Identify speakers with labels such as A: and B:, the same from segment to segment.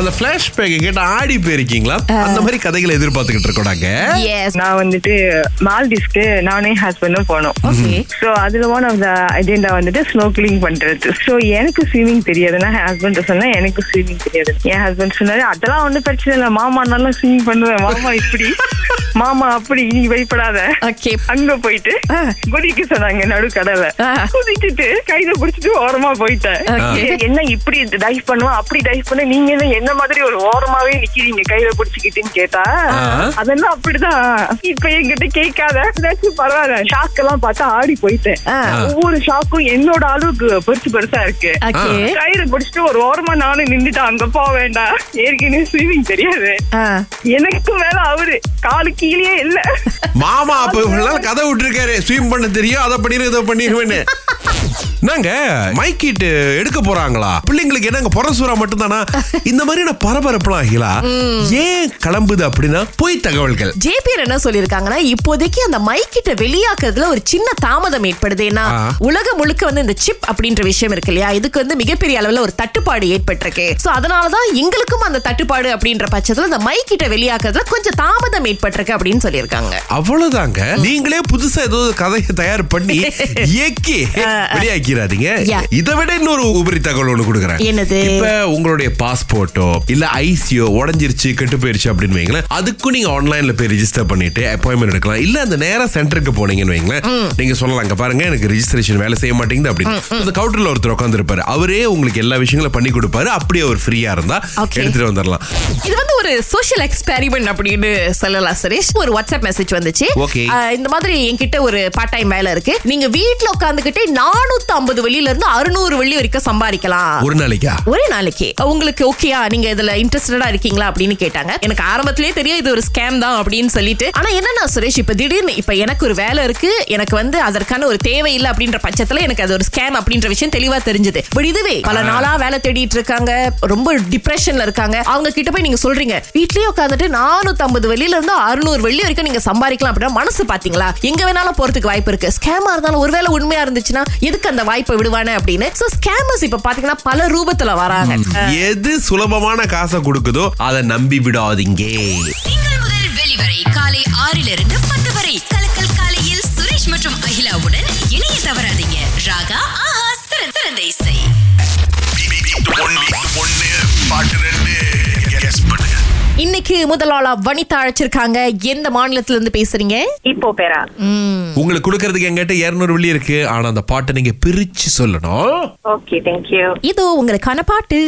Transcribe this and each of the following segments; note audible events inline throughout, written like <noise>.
A: அந்த பிளாஷ்பேக்கை கேட்டு ஆடி போயிருக்கீங்களா அந்த மாதிரி கதைகளை எதிர்பார்த்துக்கிட்டு இருக்கோம் நாங்க
B: எஸ்
C: நான் வந்துட்டு மால்டிவ்ஸ்க்கு நானே ஹஸ்பண்டும் போனோம்
B: ஓகே
C: ஸோ அதில் ஒன் ஆஃப் த அஜெண்டா வந்துட்டு ஸ்னோக்லிங் பண்றது ஸோ எனக்கு ஸ்விமிங் தெரியாது நான் ஹஸ்பண்ட் சொன்னேன் எனக்கு ஸ்விமிங் தெரியாது என் ஹஸ்பண்ட் சொன்னாரு அதெல்லாம் ஒன்றும் பிரச்சனை இல்லை மாமா நல்லா ஸ்விமிங் பண்ணுவேன் மாமா இப்படி மாமா அப்படி நீ பயப்படாத
B: ஓகே
C: அங்க போயிட்டு
B: ஆ.
C: குதிக்க சொன்னாங்க நடு கடலை
B: ஆ.
C: குதிச்சிட்டு கையில புடிச்சிட்டு ஓரமா போயிட்டேன்
B: Okay.
C: ஏ, என்ன இப்படி டைவ் பண்ணுவா அப்படி டைவ் பண்ண நீங்க என்ன என்ன மாதிரி ஒரு ஓரமாவே நிக்கிறீங்க கையில புடிச்சுக்கிட்டுன்னு கேட்டா
A: ஆ.
C: அதெல்லாம் அப்படிதான் இப்ப என்கிட்ட கேட்காத ஏதாச்சும் பரவாயில்ல ஷாக் எல்லாம் பார்த்தா ஆடி போயிட்டேன்
B: ஆ.
C: ஒவ்வொரு ஷாக்கும் என்னோட அளவுக்கு பெருசு பெருசா இருக்கு
B: ஓகே
C: கயிறு பிடிச்சிட்டு ஒரு ஓரமா நானும் நின்றுட்டு அங்க போக வேண்டாம் ஏற்கனவே ஸ்விமிங் தெரியாது எனக்கு மேல அவரு காலு கீழே இல்ல
A: மாமா அப்ப இவ்வளவு நாள் கதை விட்டுருக்காரு ஸ்வீம் பண்ண தெரியும் அதை பண்ணிரு இதை பண்ணிருவேன்னு நாங்க மைக்கீட்டு எடுக்க போறாங்களா பிள்ளைங்களுக்கு என்னங்க புறசூரா மட்டும்தானா இந்த மாதிரியான பரபரப்புலாம் ஆகிலா ஏன் கிளம்புது அப்படின்னா பொய் தகவல்கள்
B: ஜேபியர் என்ன சொல்லியிருக்காங்கன்னா இப்போதைக்கு அந்த மைக்கிட்ட வெளியாக்குறதுல ஒரு சின்ன தாமதம் ஏற்படுது ஏன்னா
A: ஆ.
B: உலகம் முழுக்க வந்து இந்த சிப் அப்படின்ற விஷயம் இருக்கு இல்லையா இதுக்கு வந்து மிகப்பெரிய அளவுல ஒரு தட்டுப்பாடு ஏற்பட்டிருக்கு சோ அதனாலதான் எங்களுக்கும் அந்த தட்டுப்பாடு அப்படின்ற பட்சத்துல இந்த மைக்கிட்ட வெளியாக்குறதுல கொஞ்சம் தாமதம் ஏற்பட்டிருக்கு அப்படின்னு சொல்லியிருக்காங்க
A: அவ்வளவுதாங்க நீங்களே புதுசா ஏதோ ஒரு கதையை தயார்
B: <laughs>
A: பண்ணி இயக்கி வெளியாக்கிறாதீங்க
B: Yeah.
A: இதை விட இன்னொரு உபரி தகவல் ஒண்ணு கொடுக்குறேன்
B: என்னது?
A: இப்ப உங்களுடைய பாஸ்போர்ட்டோ இல்ல ஐசியோ உடைஞ்சிருச்சு கெட்டு போயிருச்சு அப்படின்னு வைங்களேன் அதுக்கும் நீங்க ஆன்லைன்ல போய் ரெஜிஸ்டர் பண்ணிட்டு அப்பாயின்மெண்ட் எடுக்கலாம் இல்ல அந்த நேரா சென்டருக்கு போனீங்கன்னு வைங்களேன் நீங்க சொல்லலாம் அங்க பாருங்க எனக்கு ரெஜிஸ்ட்ரேஷன் வேலை செய்ய மாட்டேங்குது அப்படின்னு அந்த கவுண்டர்ல ஒருத்தர் உட்காந்துருப்பாரு அவரே உங்களுக்கு எல்லா விஷயங்களும் பண்ணி கொடுப்பாரு அப்படியே அவர் ஃப்ரீயா இருந்தா
B: Okay.
A: எடுத்துட்டு வந்துடலாம்
B: இது வந்து ஒரு சோஷியல் எக்ஸ்பெரிமெண்ட் அப்படின்னு சொல்லலாம் சுரேஷ் ஒரு வாட்ஸ்அப் மெசேஜ் வந்துச்சு
A: Okay.
B: ஆஹ் இந்த மாதிரி என்கிட்ட ஒரு பார்ட் டைம் வேலை இருக்கு நீங்க வீட்ல உட்காந்துக்கிட்டே நானூத்தி ஐம்பது வெளியில இருந்து அறுநூறு வெள்ளி வரைக்கும் சம்பாதிக்கலாம்
A: ஒரு நாளைக்கா
B: ஒரே நாளைக்கு உங்களுக்கு ஓகேயா நீங்க இதுல இன்ட்ரெஸ்டடா இருக்கீங்களா அப்படின்னு கேட்டாங்க எனக்கு ஆரம்பத்திலேயே தெரியும் இது ஒரு ஸ்கேம் தான் அப்படின்னு சொல்லிட்டு ஆனா என்னன்னா சுரேஷ் இப்ப திடீர்னு இப்ப எனக்கு ஒரு வேலை இருக்கு எனக்கு வந்து அதற்கான ஒரு தேவை இல்லை அப்படின்ற பட்சத்துல எனக்கு அது ஒரு ஸ்கேம் அப்படின்ற விஷயம் தெளிவா தெரிஞ்சது பட் இதுவே பல நாளா வேலை தேடிட்டு இருக்காங்க ரொம்ப டிப்ரெஷன்ல இருக்காங்க அவங்க கிட்ட போய் நீங்க சொல்றீங்க வீட்லயே உட்காந்துட்டு நானூத்தி ஐம்பது வெளியில இருந்து அறுநூறு வெள்ளி வரைக்கும் நீங்க சம்பாதிக்கலாம் அப்படின்னா மனசு பாத்தீங்களா எங்க வேணாலும் போறதுக்கு வாய்ப்பு இருக்கு ஸ்கேமா இருந்தாலும் ஒருவேளை உண்மையா இருந்துச்சுன்னா எதுக்கு அந்த வாய்ப்பை விடுவானே அப்படின்னு சோ ஸ்கேமர்ஸ் இப்ப பாத்தீங்கன்னா பல ரூபத்துல வராங்க
A: எது சுலபமான காசை கொடுக்குதோ அதை நம்பி விடாதீங்க
D: திங்கள் முதல் வெளிவரை காலை ஆறிலிருந்து பத்து வரை கலக்கல் காலையில் சுரேஷ் மற்றும் அகிலாவுடன் இணைய தவறாதீங்க ராகா ஆஹா சிறந்த சிறந்த இசை
E: ஒன்னு பாட்டு ரெண்டு கெஸ் பண்ணுங்க
B: இன்னைக்கு முதல் ஆளா வனிதா அழைச்சிருக்காங்க எந்த மாநிலத்துல இருந்து பேசுறீங்க
C: இப்போ பேரா
A: உங்களுக்கு கொடுக்கறதுக்கு எங்கிட்ட 200 வெள்ளி இருக்கு ஆனா அந்த பாட்டை நீங்க பிரிச்சு சொல்லணும்
C: ஓகே தேங்க்யூ
B: இதோ உங்களுக்கான பாட்டு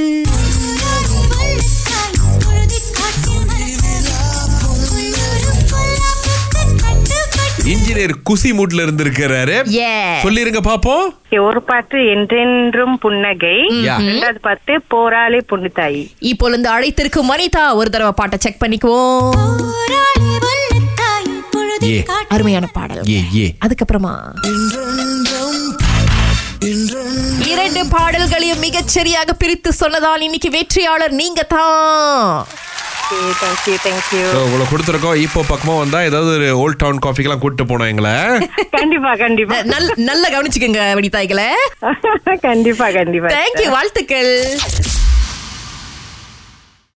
A: இன்ஜினியர் குசி மூட்ல இருந்து இருக்கிறாரு
B: Yeah.
A: சொல்லிருங்க பாப்போம்
C: ஒரு பாட்டு என்றென்றும் புன்னகை
A: Yeah.
C: ரெண்டாவது பாட்டு போராளி புண்ணுத்தாயி
B: இப்போ இருந்து அழைத்திருக்கும் வனிதா ஒரு தடவை பாட்டை செக் பண்ணிக்குவோம்
A: ஏ
B: அருமையான பாடல்
A: ஏ ஏ
B: அதுக்கப்புறமா இரண்டு பாடல்களையும் மிகச் சரியாக பிரித்து சொன்னதால் இன்னைக்கு வெற்றியாளர் நீங்க தான்
C: தேங்க்யூ தேங்க்யூ
A: So, உங்களை கொடுத்துருக்கோம் இப்போ பக்கமா வந்தா ஏதாவது ஒரு ஓல்ட் டவுன் காஃபிக்கெல்லாம் கூட்டிட்டு போனோம் எங்களை
C: கண்டிப்பா கண்டிப்பா
B: நல்ல நல்லா கவனிச்சுக்கோங்க வனிதாய்களை
C: கண்டிப்பா கண்டிப்பா
B: தேங்க்யூ வாழ்த்துக்கள்